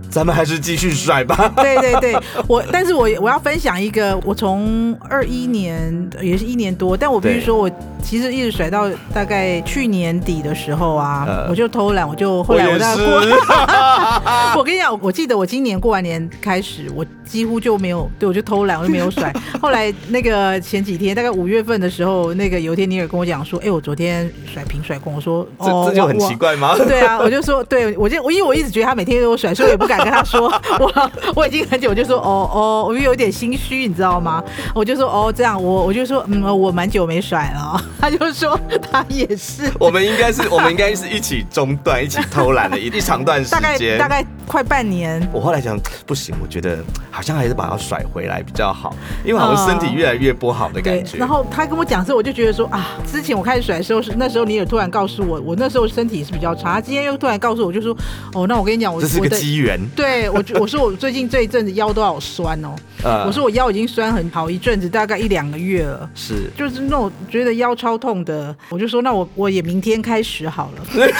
Speaker 1: 咱们还是继续甩吧。 *laughs*
Speaker 2: 对对对，我但是我我要分享一个，我从二一年也是一年多，但我必须
Speaker 1: 对
Speaker 2: 说我其实一直甩到大概去年底的时候啊，
Speaker 1: 呃
Speaker 2: 我就偷懒，我就后来我在过， *laughs* 我跟你讲，我记得我今年过完年开始，我几乎就没有，对我就偷懒，我就没有
Speaker 1: *laughs*
Speaker 2: 甩。后来那个前几天，大概五月份的时候，那个有一天尼尔跟我讲说，哎、我昨天甩瓶甩空，我说哦
Speaker 1: 这这就很
Speaker 2: 我
Speaker 1: 奇怪吗？
Speaker 2: 对啊，我就说，对我就我因为我一直觉得他每天给我甩，所以我也不敢跟
Speaker 1: *laughs*
Speaker 2: 他说。我我已经很久我就说，哦哦，我有点心虚，你知道吗？我就说，哦，这样，我我就说，嗯，我蛮久没甩了。 *laughs* 他就说他也是， *laughs*
Speaker 1: 我们应该是，我们应该是一起中断，一起偷懒的一一长段时
Speaker 2: 大概
Speaker 1: 间。
Speaker 2: 大概快半年，
Speaker 1: 我后来想，不行，我觉得好像还是把它甩回来比较好，因为好像身体越来越不好的感
Speaker 2: 对。
Speaker 1: 觉。
Speaker 2: 然后他跟我讲之后，我就觉得说啊，之前我开始甩的时候是那时候你也突然告诉我，我那时候身体是比较差，他今天又突然告诉我，就说哦，那我跟你讲，我
Speaker 1: 这是个
Speaker 2: 我的
Speaker 1: 机缘，
Speaker 2: 对我觉，我说我最近这一阵子腰都好酸
Speaker 1: *laughs*
Speaker 2: 哦，
Speaker 1: 呃
Speaker 2: 我说我腰已经酸很好一阵子，大概一两个月了。
Speaker 1: 是。 *laughs*
Speaker 2: 就是那种觉得腰超痛的，我就说那我我也明天开始好了。
Speaker 1: *laughs*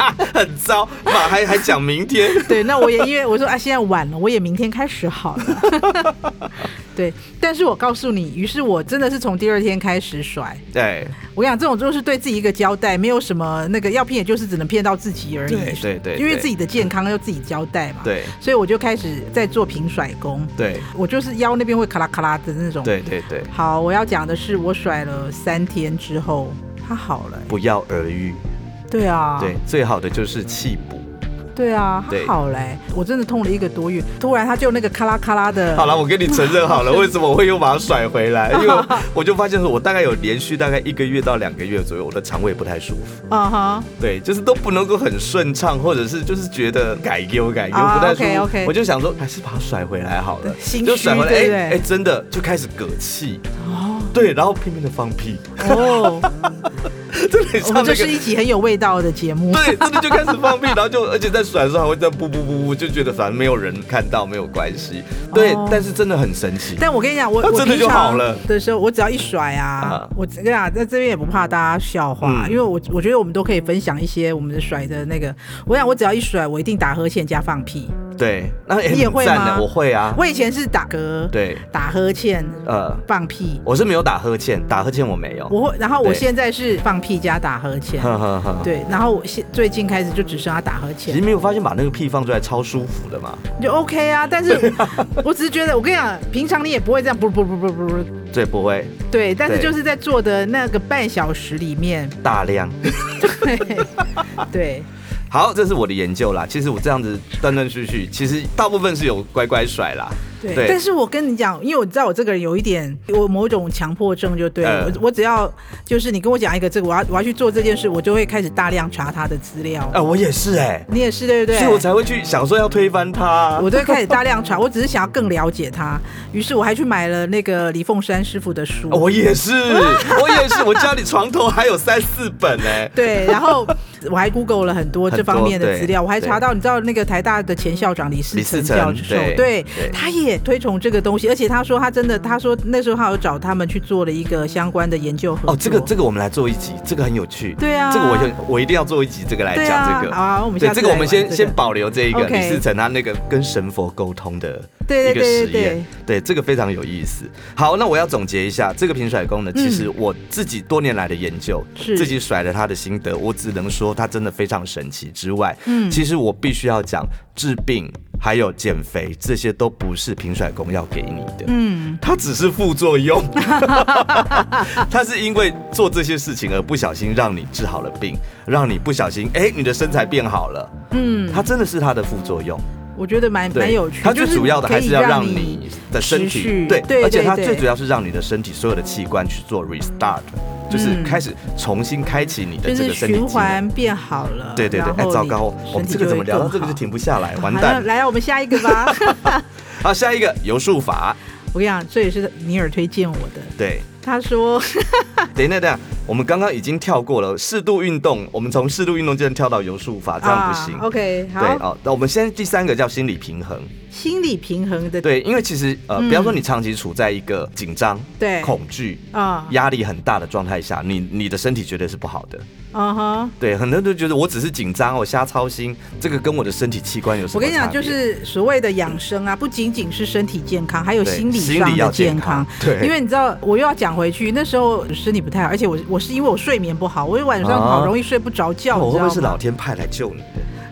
Speaker 1: 啊很糟，妈还还讲明
Speaker 2: *laughs*
Speaker 1: 天，
Speaker 2: 对，那我也因为我说啊，现在晚了，我也明天开始好了。 *laughs* 对，但是我告诉你，于是我真的是从第二天开始甩。
Speaker 1: 对
Speaker 2: 我跟你讲，这种就是对自己一个交代，没有什么那个要骗，也就是只能骗到自己而已。
Speaker 1: 对对对
Speaker 2: 因为
Speaker 1: 对
Speaker 2: 自己的健康要自己交代嘛。，
Speaker 1: 对
Speaker 2: 所以我就开始在做平甩功，
Speaker 1: 对
Speaker 2: 我就是腰那边会咔啦咔啦的那种。，
Speaker 1: 对对对，
Speaker 2: 好，我要讲的是，我甩了三天之后，它好了、欸
Speaker 1: 不药而愈。
Speaker 2: 对啊，
Speaker 1: 对，最好的就是气补。
Speaker 2: 对啊，
Speaker 1: 对
Speaker 2: 还好嘞，我真的痛了一个多月，突然他就那个咔啦咔啦的。
Speaker 1: 好了，我跟你承认好了，为什么我会又把它甩回来？因为我
Speaker 2: *laughs*
Speaker 1: 我就发现说，我大概有连续大概一个月到两个月左右，我的肠胃不太舒服。*laughs*
Speaker 2: 嗯哼，
Speaker 1: 对，就是都不能够很顺畅，或者是就是觉得改丢改丢
Speaker 2: 啊
Speaker 1: 不太舒服。
Speaker 2: OK，OK
Speaker 1: 我就想说，还是把它甩回来好了，
Speaker 2: 心虚
Speaker 1: 就甩回来。
Speaker 2: 对哦不
Speaker 1: 哎哎，
Speaker 2: 对
Speaker 1: 真的就开始嗝气。对，然后拼命的放屁， *laughs*
Speaker 2: 哦，
Speaker 1: 真的很
Speaker 2: 我
Speaker 1: 像
Speaker 2: 们
Speaker 1: 那
Speaker 2: 这
Speaker 1: 个
Speaker 2: 是。一集很有味道的节目。
Speaker 1: *laughs* 对，真的就开始放屁， *laughs* 然后就而且在甩的时候还会这样噗噗噗噗，就觉得反正没有人看到没有关系。对，
Speaker 2: 哦
Speaker 1: 但是真的很神奇。
Speaker 2: 但我跟你讲，我
Speaker 1: 那
Speaker 2: 我
Speaker 1: 真的就
Speaker 2: 平常
Speaker 1: 好了
Speaker 2: 的时候，我只要一甩啊
Speaker 1: 啊，
Speaker 2: 我跟你讲，在这边也不怕大家笑话，
Speaker 1: 嗯
Speaker 2: 因为我我觉得我们都可以分享一些我们的甩的那个。我想我只要一甩，我一定打呵欠加放屁。
Speaker 1: 对，那哎
Speaker 2: 你也会
Speaker 1: 赞
Speaker 2: 吗
Speaker 1: 的，我会啊。
Speaker 2: 我以前是打嗝，，
Speaker 1: 对，
Speaker 2: 打呵欠，
Speaker 1: 呃，
Speaker 2: 放屁。
Speaker 1: 我是没有打呵欠，打呵欠我没有。
Speaker 2: 我会，然后我
Speaker 1: 对
Speaker 2: 现在是放屁加打呵欠。
Speaker 1: 呵呵呵。
Speaker 2: 对，然后我现最近开始就只剩下打呵
Speaker 1: 其实
Speaker 2: 欠，
Speaker 1: 没有发现把那个屁放出来超舒服的嘛？
Speaker 2: 就 OK 啊。
Speaker 1: *laughs*
Speaker 2: 但是我只是觉得，我跟你讲，平常你也不会这样，不不不不不不，
Speaker 1: 对，不会
Speaker 2: 对。但是
Speaker 1: 对
Speaker 2: 就是在做的那个半小时里面，
Speaker 1: *laughs* 大
Speaker 2: *laughs*
Speaker 1: 量。
Speaker 2: 对对
Speaker 1: 好，这是我的研究啦。其实我这样子断断续续，其实大部分是有乖乖甩啦。
Speaker 2: 对。
Speaker 1: 对
Speaker 2: 但是我跟你讲，因为我知道我这个人有一点，我某种强迫症就对了。
Speaker 1: 嗯
Speaker 2: 我我只要就是你跟我讲一个这个，我要我要去做这件事，我就会开始大量查他的资料
Speaker 1: 啊、。我也是哎、
Speaker 2: 你也是对不对？
Speaker 1: 所以我才会去想说要推翻它啊、
Speaker 2: 我就会开始大量查，我只是想要更了解他，于是我还去买了那个李凤山师傅的书。
Speaker 1: 啊我也
Speaker 2: *laughs*
Speaker 1: 是，我也是，我家里床头还有三四本欸呢、
Speaker 2: 对，然后我还 Google 了很多这方面的资料，
Speaker 1: 很多对
Speaker 2: 我还查到，你知道那个台大的前校长李世
Speaker 1: 李世
Speaker 2: 成
Speaker 1: 成
Speaker 2: 教授，
Speaker 1: 对
Speaker 2: 对
Speaker 1: 对
Speaker 2: 他也推崇这个东西，而且他说他真的，他说那时候他有找他们去做了一个相关的研究合作。
Speaker 1: 哦，这个这个我们来做一集，这个很有趣。
Speaker 2: 对啊
Speaker 1: 这个我就我一定要做一集，这个来
Speaker 2: 对
Speaker 1: 讲
Speaker 2: 啊
Speaker 1: 这个。
Speaker 2: 好啊我们
Speaker 1: 对
Speaker 2: 下次
Speaker 1: 这个我
Speaker 2: 来
Speaker 1: 们
Speaker 2: 玩
Speaker 1: 先
Speaker 2: 这个
Speaker 1: 先保留这一个
Speaker 2: OK
Speaker 1: 李世成他那个跟神佛沟通的
Speaker 2: 对对
Speaker 1: 一个
Speaker 2: 对
Speaker 1: 实
Speaker 2: 对
Speaker 1: 验，对这个非常有意思。好，那我要总结一下这个平甩功呢，其实我自己多年来的研究，
Speaker 2: 是
Speaker 1: 自己甩了他的心得，我只能说他真的非常神奇。之外，
Speaker 2: 嗯
Speaker 1: 其实我必须要讲治病还有减肥这些都不是平甩功要给你的，
Speaker 2: 嗯，
Speaker 1: 它只是副作用， *laughs* 它是因为做这些事情而不小心让你治好了病，让你不小心哎、你的身材变好了，
Speaker 2: 嗯，
Speaker 1: 它真的是它的副作用。
Speaker 2: 我觉得蛮蛮有趣，
Speaker 1: 它
Speaker 2: 就
Speaker 1: 最
Speaker 2: 是
Speaker 1: 主要的还
Speaker 2: 可以
Speaker 1: 是要
Speaker 2: 让
Speaker 1: 让你的身
Speaker 2: 持
Speaker 1: 体
Speaker 2: 续
Speaker 1: 对，
Speaker 2: 对
Speaker 1: 而且
Speaker 2: 对
Speaker 1: 它
Speaker 2: 对
Speaker 1: 最主要是让你的身体所有的器官去做 restart，就是
Speaker 2: 嗯
Speaker 1: 开始重新开启你的
Speaker 2: 就
Speaker 1: 这
Speaker 2: 是
Speaker 1: 个身体
Speaker 2: 循
Speaker 1: 机能。
Speaker 2: 环变好了。
Speaker 1: 对对对，
Speaker 2: 然后
Speaker 1: 哎，糟
Speaker 2: 你
Speaker 1: 糕，我们
Speaker 2: 身体
Speaker 1: 这个
Speaker 2: 就
Speaker 1: 怎
Speaker 2: 会
Speaker 1: 么聊到
Speaker 2: 更
Speaker 1: 这个就
Speaker 2: 好
Speaker 1: 停不下
Speaker 2: *laughs*
Speaker 1: 来，完
Speaker 2: 好
Speaker 1: 蛋
Speaker 2: 那。来，我们下一个
Speaker 1: *laughs*
Speaker 2: 吧。
Speaker 1: 好，下一个游术法，
Speaker 2: 我跟你讲，这也是尼尔推荐我的。
Speaker 1: 对，
Speaker 2: 他说，
Speaker 1: 等一下，等一下，我们刚刚已经跳过了适度运动，我们从适度运动就能跳到游术法，这样不行。
Speaker 2: 啊、OK，
Speaker 1: 对
Speaker 2: 好，
Speaker 1: 哦，那我们现在第三个叫心理平衡。
Speaker 2: 心理平衡的，
Speaker 1: 对，因为其实呃，
Speaker 2: 嗯
Speaker 1: 比方说你长期处在一个紧张、
Speaker 2: 对
Speaker 1: 恐惧、
Speaker 2: 啊，
Speaker 1: 压力很大的状态下，你你的身体绝对是不好的。
Speaker 2: 嗯哼。
Speaker 1: 对，很多人都觉得我只是紧张，我瞎操心，这个跟我的身体器官有什么
Speaker 2: 我跟你讲，
Speaker 1: 差别
Speaker 2: 就是所谓的养生啊，不仅仅是身体健康，还有
Speaker 1: 对
Speaker 2: 心理
Speaker 1: 心
Speaker 2: 上
Speaker 1: 理
Speaker 2: 的
Speaker 1: 要
Speaker 2: 健
Speaker 1: 健康。
Speaker 2: 康
Speaker 1: *laughs* 对
Speaker 2: 因为你知道，我又要讲回去，那时候身体不太好，而且我我是因为我睡眠不好，我晚上好
Speaker 1: 啊
Speaker 2: 容易睡不着觉，
Speaker 1: 那我
Speaker 2: 你
Speaker 1: 会不会
Speaker 2: 知道吗？
Speaker 1: 是老天派来救你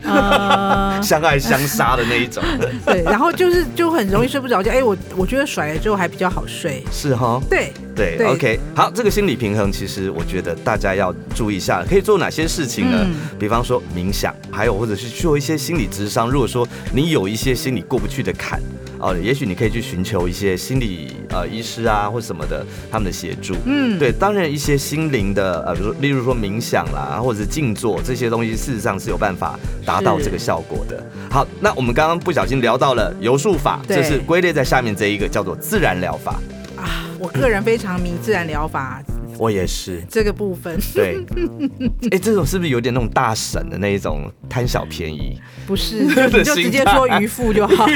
Speaker 1: 的，
Speaker 2: 呃
Speaker 1: 相爱相杀的那一种？
Speaker 2: *laughs* 对，然后就是就很容易睡不着觉。哎，我我觉得甩了之后还比较好睡。
Speaker 1: 是哈。
Speaker 2: 对，
Speaker 1: 对
Speaker 2: 对
Speaker 1: o k 好，这个心理平衡其实我觉得大家要注意一下，可以做哪些事情呢？
Speaker 2: 嗯
Speaker 1: 比方说冥想，还有或者是做一些心理智商。如果说你有一些心里过不去的坎，哦、也许你可以去寻求一些心理呃医师啊或什么的他们的协助。
Speaker 2: 嗯，
Speaker 1: 对，当然一些心灵的呃，比如说例如说冥想啦，或者是静坐这些东西，事实上是有办法达到
Speaker 2: 是
Speaker 1: 这个效果的。好，那我们刚刚不小心聊到了游术法，
Speaker 2: 对
Speaker 1: 这是归类在下面这一个叫做自然疗法。
Speaker 2: 啊，我个人非常迷自然疗法
Speaker 1: 我也是，
Speaker 2: 这个部分，
Speaker 1: 对， *laughs* 哎、这种是不是有点那种大神的那一种贪小便
Speaker 2: *laughs*
Speaker 1: 宜？
Speaker 2: 不是你就直接说渔夫就
Speaker 1: *laughs*
Speaker 2: 好。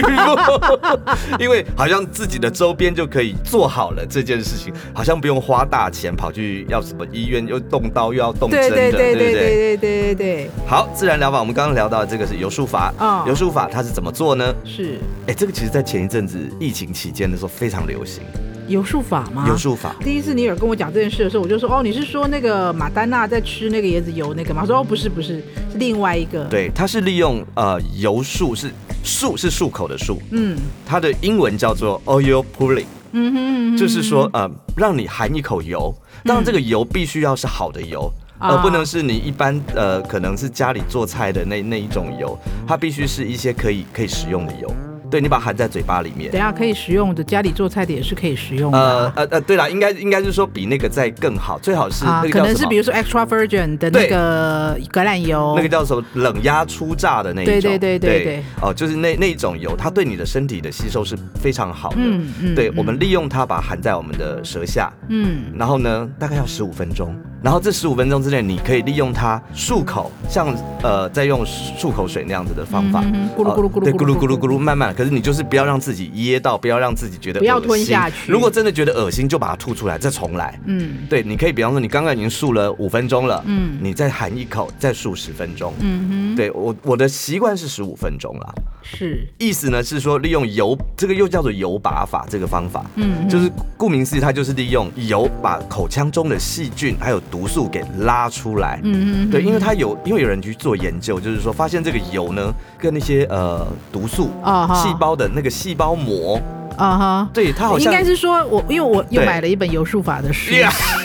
Speaker 1: 因为好像自己的周边就可以做好了这件事情，好像不用花大钱跑去要什么医院又动刀又要动针
Speaker 2: 对
Speaker 1: 的，
Speaker 2: 对对
Speaker 1: 不
Speaker 2: 对对对对对对，
Speaker 1: 好，自然疗法，我们刚刚聊到的这个是游术法
Speaker 2: 嗯，
Speaker 1: 游术、法它是怎么做呢？
Speaker 2: 是
Speaker 1: 哎、这个其实在前一阵子疫情期间的时候非常流行，
Speaker 2: 游术法吗？
Speaker 1: 游术法。
Speaker 2: 第一次你有跟我讲这件事的时候，我就说哦，你是说那个马丹娜在吃那个椰子油那个吗？他说哦，不是不是，是另外一个。，
Speaker 1: 对，它是利用呃游术是术是漱口的漱，
Speaker 2: 嗯
Speaker 1: 它的英文叫做 oil pulling，
Speaker 2: 嗯哼嗯哼，嗯
Speaker 1: 就是说呃让你含一口油，当然这个油必须要是好的油，
Speaker 2: 啊
Speaker 1: 而不能是你一般呃可能是家里做菜的那那一种油，它必须是一些可以可以食用的油，对你把它含在嘴巴里面
Speaker 2: 等。一下可以食用的，家里做菜的也是可以食用的
Speaker 1: 呃
Speaker 2: 啊。
Speaker 1: 呃呃，对啦，应该应该是说比那个再更好，最好是那，
Speaker 2: 啊
Speaker 1: 个
Speaker 2: 可
Speaker 1: 叫
Speaker 2: 能
Speaker 1: 什
Speaker 2: 是
Speaker 1: 么
Speaker 2: 比？如说 extra virgin 的那
Speaker 1: 对
Speaker 2: 个橄榄油，
Speaker 1: 那个叫什么冷压出榨的那一种，
Speaker 2: 对对对对对
Speaker 1: 哦，就是那那一种油，它对你的身体的吸收是非常好的。
Speaker 2: 嗯嗯
Speaker 1: 对
Speaker 2: 嗯
Speaker 1: 我们利用它把它含在我们的舌下，
Speaker 2: 嗯，
Speaker 1: 然后呢，大概要十五分钟。然后这十五分钟之内，你可以利用它漱口，像呃，在用漱口水那样子的方法，
Speaker 2: 嗯嗯嗯咕噜
Speaker 1: 呃
Speaker 2: 咕噜咕噜
Speaker 1: 对，
Speaker 2: 咕噜
Speaker 1: 咕噜咕噜
Speaker 2: 咕
Speaker 1: 咕噜，慢慢。可是你就是不要让自己噎到，不要让自己觉得
Speaker 2: 不要
Speaker 1: 恶心
Speaker 2: 吞下去
Speaker 1: 如果真的觉得恶心，就把它吐出来，再重来。
Speaker 2: 嗯
Speaker 1: 对，你可以比方说，你刚刚已经漱了五分钟了，
Speaker 2: 嗯
Speaker 1: 嗯，你再含一口，再漱十分钟。
Speaker 2: 嗯
Speaker 1: 对我我的习惯是十五分钟啦，
Speaker 2: 哼，是，
Speaker 1: 意思呢是说利用油，这个又叫做油拔法这个方法，
Speaker 2: 嗯，
Speaker 1: 就是是顾名思义，它就是利用油把口腔中的细菌还有毒素给拉出来。
Speaker 2: 嗯嗯，
Speaker 1: 对，因为它有，因为有人去做研究，就是说发现这个油呢，跟那些呃毒素
Speaker 2: 啊哈
Speaker 1: 细胞的那个细胞膜，
Speaker 2: 啊哈。
Speaker 1: 对它好
Speaker 2: 应
Speaker 1: 像
Speaker 2: 该是说我，因为我又
Speaker 1: 对
Speaker 2: 买了一本游术法
Speaker 1: *laughs*
Speaker 2: 的书，
Speaker 1: 呀， *laughs*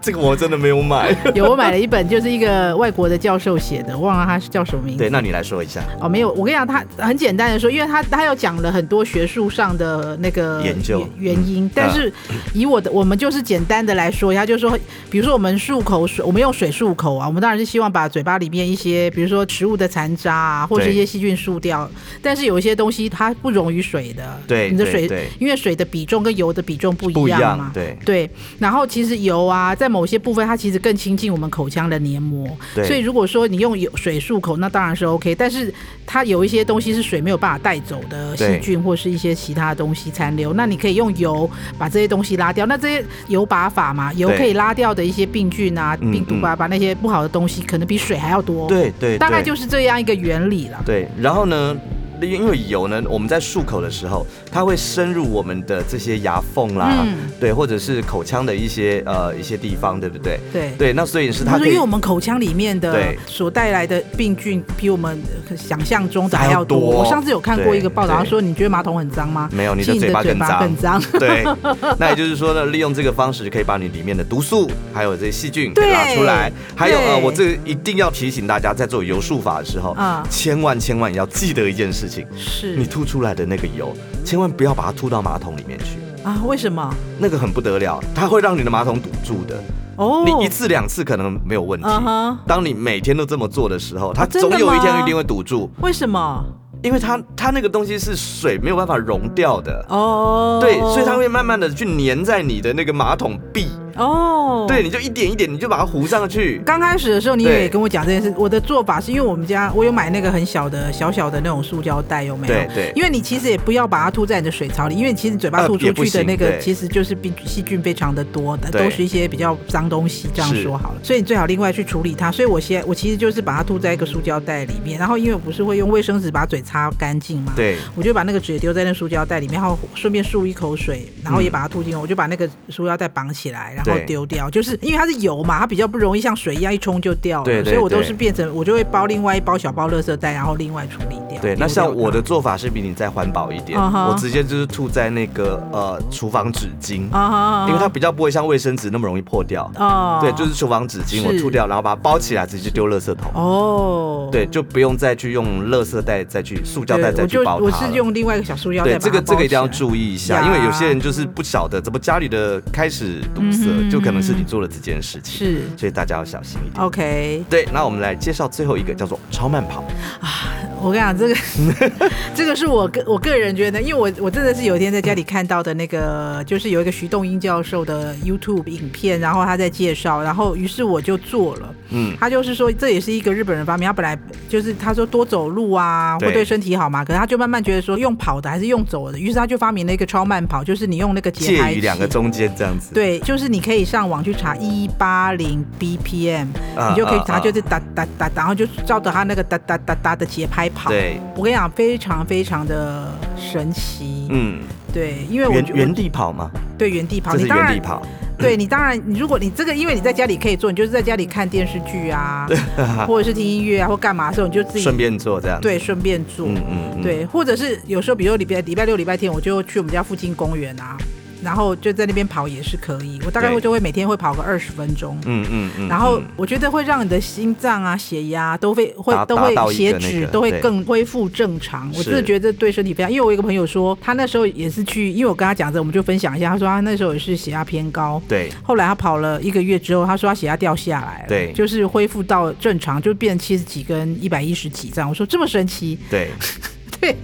Speaker 1: 这个我真的没有买。
Speaker 2: 有我买了一本，就是一个外国的教授写的，忘了他是叫什么名字。
Speaker 1: 对，那你来说一下
Speaker 2: 哦，没有，我跟你讲，他很简单的说，因为他他有讲了很多学术上的那个
Speaker 1: 研究嗯
Speaker 2: 原原因，但是以我的我们就是简单的来说，他就说，比如说我们漱口水，我们用水漱口啊，我们当然是希望把嘴巴里面一些，比如说食物的残渣啊，或是
Speaker 1: 对
Speaker 2: 一些细菌漱掉，但是有一些东西它不溶于水的，
Speaker 1: 对
Speaker 2: 你的
Speaker 1: 对
Speaker 2: 水
Speaker 1: 对
Speaker 2: 因为水的比重跟油的比重不一样嘛，
Speaker 1: 对
Speaker 2: 对，然后其实油啊，在某些部分它其实更亲近我们口腔的黏膜，
Speaker 1: 对
Speaker 2: 所以如果说你用油水漱口，那当然是 OK，但是它有一些东西是水没有办法带走的细
Speaker 1: 对
Speaker 2: 菌或是一些其他的东西残留，那你可以用油把这些东西拉掉。那这些油拔法嘛，油
Speaker 1: 对
Speaker 2: 可以拉掉的一些病菌啊、
Speaker 1: 嗯
Speaker 2: 病毒啊，把那些不好的东西可能比水还要多，，
Speaker 1: 对对，
Speaker 2: 大概
Speaker 1: 对
Speaker 2: 就是这样一个原理啦。
Speaker 1: 对，然后呢，利因为油呢，我们在漱口的时候，它会深入我们的这些牙缝啦，
Speaker 2: 嗯
Speaker 1: 对，或者是口腔的一些呃一些地方，对不对？
Speaker 2: 对。
Speaker 1: 对，那所以是它
Speaker 2: 他说：“
Speaker 1: 可
Speaker 2: 因
Speaker 1: 以
Speaker 2: 为我们口腔里面的
Speaker 1: 对
Speaker 2: 所带来的病菌比我们呃想象中的还要多。
Speaker 1: 还要多
Speaker 2: 我上次有看过一个报道，
Speaker 1: 对
Speaker 2: 他说你觉得马桶很脏吗？
Speaker 1: 没有你
Speaker 2: 其
Speaker 1: 的
Speaker 2: 实
Speaker 1: 嘴巴
Speaker 2: 嘴
Speaker 1: 更
Speaker 2: 巴
Speaker 1: 脏
Speaker 2: 更，
Speaker 1: *laughs*
Speaker 2: 脏。 *laughs*
Speaker 1: 对，那也就是说呢，利用这个方式可以把你里面的毒素还有这些细菌
Speaker 2: 对
Speaker 1: 给拉出来。还有呃，
Speaker 2: 对
Speaker 1: 我这个一定要提醒大家，在做油漱法的时候，
Speaker 2: 啊
Speaker 1: 千万千万要记得一件事情，
Speaker 2: 是
Speaker 1: 你吐出来的那个油，千万不要把它吐到马桶里面去。
Speaker 2: 啊，为什么？
Speaker 1: 那个很不得了，它会让你的马桶堵住的。
Speaker 2: 哦，
Speaker 1: 你一次两次可能没有问题
Speaker 2: 嗯哼，
Speaker 1: 当你每天都这么做的时候，它
Speaker 2: 哦真的
Speaker 1: 总有一
Speaker 2: 吗
Speaker 1: 天一定会堵住，
Speaker 2: 为什么？
Speaker 1: 因为它它那个东西是水没有办法溶掉的，
Speaker 2: 哦，
Speaker 1: 对，所以它会慢慢的去粘在你的那个马桶壁，
Speaker 2: 哦，
Speaker 1: 对，。你就一点一点你就把它糊上去，
Speaker 2: 刚开始的时候，你也
Speaker 1: 对
Speaker 2: 跟我讲这件事。我的做法是因为我们家我有买那个很小的、小小的那种塑胶袋，有没有？
Speaker 1: 对对
Speaker 2: 因为你其实也不要把它吐在你的水槽里，因为其实你嘴巴
Speaker 1: 呃
Speaker 2: 吐出
Speaker 1: 也不
Speaker 2: 去的
Speaker 1: 行
Speaker 2: 那个
Speaker 1: 对
Speaker 2: 其实就是病细菌非常的多的，
Speaker 1: 对
Speaker 2: 都是一些比较脏东西。这样
Speaker 1: 是
Speaker 2: 说好了，所以你最好另外去处理它。所以我先我其实就是把它吐在一个塑胶袋里面，然后因为我不是会用卫生纸把嘴擦干净嘛，
Speaker 1: 对，
Speaker 2: 我就把那个纸丢在那塑胶袋里面，然后顺便漱一口水，然后也把它吐进去，我就把那个塑胶袋绑起来，然后
Speaker 1: 嗯对
Speaker 2: 丢掉，就是因为它是油嘛，它比较不容易像水一样一冲就掉了，
Speaker 1: 对对
Speaker 2: 所以我都
Speaker 1: 对
Speaker 2: 是变成我就会包另外一包小包垃圾袋，然后另外处理掉。
Speaker 1: 对，那
Speaker 2: 丢掉
Speaker 1: 像我
Speaker 2: 它
Speaker 1: 的做法是比你再环保一点，
Speaker 2: 嗯哼
Speaker 1: 我直接就是吐在那个呃厨房纸巾，
Speaker 2: 啊哈啊哈，
Speaker 1: 因为它比较不会像卫生纸那么容易破掉。
Speaker 2: 哦，
Speaker 1: 对，就是厨房纸巾我
Speaker 2: 是
Speaker 1: 吐掉，然后把它包起来，直接丢垃圾桶。
Speaker 2: 哦，
Speaker 1: 对，就不用再去用垃圾袋再去塑胶袋
Speaker 2: 对
Speaker 1: 再
Speaker 2: 我
Speaker 1: 去
Speaker 2: 就
Speaker 1: 包它
Speaker 2: 我
Speaker 1: 了
Speaker 2: 是用另外一个小塑料袋
Speaker 1: 对
Speaker 2: 把它
Speaker 1: 这个这个一定要
Speaker 2: 包起来
Speaker 1: 注意一下，
Speaker 2: 呀
Speaker 1: 因为有些人就是不晓得怎么家里的开始堵塞，
Speaker 2: 嗯哼
Speaker 1: 就可能是你做了这件事情，
Speaker 2: 是哦
Speaker 1: 所以大家要小心一点。
Speaker 2: OK。
Speaker 1: 对，那我们来介绍最后一个叫做超慢跑，
Speaker 2: 我跟你讲，这个 *laughs* 这个是我个我个人觉得，因为我我真的是有一天在家里看到的那个，就是有一个徐栋英教授的 YouTube 影片，然后他在介绍，然后于是我就做了。
Speaker 1: 嗯，
Speaker 2: 他就是说，这也是一个日本人发明。他本来就是他说多走路啊，
Speaker 1: 对
Speaker 2: 会对身体好嘛。可是他就慢慢觉得说，用跑的还是用走的，于是他就发明了一个超慢跑，就是你用那个节
Speaker 1: 介
Speaker 2: 拍器
Speaker 1: 于两个中间这样子。
Speaker 2: 对，就是你可以上网去查一八零 BPM，、
Speaker 1: 啊
Speaker 2: 你就可以
Speaker 1: 啊
Speaker 2: 查，
Speaker 1: 啊
Speaker 2: 就是哒哒哒，然后就照着它那个哒哒哒哒的节拍跑。
Speaker 1: 对，
Speaker 2: 我跟你讲，非常非常的神奇。
Speaker 1: 嗯，
Speaker 2: 对，因为我
Speaker 1: 原
Speaker 2: 觉
Speaker 1: 原地跑吗？
Speaker 2: 我对原地跑，
Speaker 1: 这是
Speaker 2: 你当
Speaker 1: 原
Speaker 2: 然
Speaker 1: 地嗯跑，
Speaker 2: 对你当然，你如果你这个，因为你在家里可以做，你就是在家里看电视剧啊，或者是听音乐啊，或干嘛的时候，你就自己
Speaker 1: 顺便做这样子。
Speaker 2: 对顺便做。
Speaker 1: 嗯嗯嗯，
Speaker 2: 对，或者是有时候，比如说礼拜礼拜六、礼拜天，我就去我们家附近公园啊，然后就在那边跑也是可以。我大概会
Speaker 1: 对
Speaker 2: 就会每天会跑个二十分钟，
Speaker 1: 嗯嗯嗯，
Speaker 2: 然后
Speaker 1: 嗯
Speaker 2: 我觉得会让你的心脏啊、血压都会会
Speaker 1: 达
Speaker 2: 都
Speaker 1: 达到
Speaker 2: 会
Speaker 1: 一
Speaker 2: 血
Speaker 1: 个那
Speaker 2: 脂、
Speaker 1: 个
Speaker 2: 都会
Speaker 1: 对
Speaker 2: 更恢复正常。我
Speaker 1: 是
Speaker 2: 真的觉得对身体非常，因为我有一个朋友说，他那时候也是去，因为我跟他讲这，我们就分享一下，他说他那时候也是血压偏高。
Speaker 1: 对
Speaker 2: 后来他跑了一个月之后，他说他血压掉下来了，
Speaker 1: 对
Speaker 2: 就是恢复到正常，就变七十几跟一百一十几这样。我说这么神奇，
Speaker 1: 对，
Speaker 2: *laughs* 对，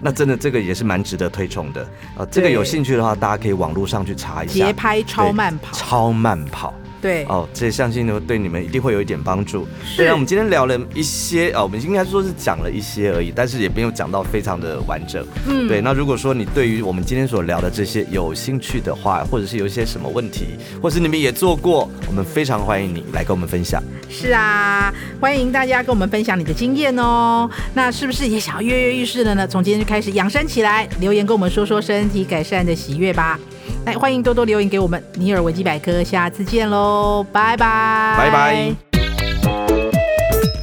Speaker 1: 那真的这个也是蛮值得推崇的啊。这个有兴趣的话，大家可以网络上去查一下
Speaker 2: 节拍超慢跑，
Speaker 1: 超慢跑。
Speaker 2: 对，
Speaker 1: 哦，这相信呢对你们一定会有一点帮助。
Speaker 2: 是
Speaker 1: 虽然我们今天聊了一些啊、哦我们应该说是讲了一些而已，但是也没有讲到非常的完整。嗯，对。那如果说你对于我们今天所聊的这些有兴趣的话，或者是有一些什么问题，或是你们也做过，我们非常欢迎你来跟我们分享。
Speaker 2: 是啊，欢迎大家跟我们分享你的经验哦。那是不是也想要跃跃欲试了呢？从今天就开始养生起来，留言跟我们说说身体改善的喜悦吧。来，欢迎多多留言给我们。尼尔维基百科，下次见喽，拜拜，
Speaker 1: 拜拜。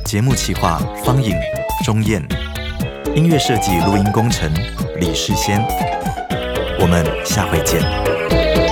Speaker 1: 节目企划：方颖、钟燕，音乐设计、录音工程：李世先。我们下回见。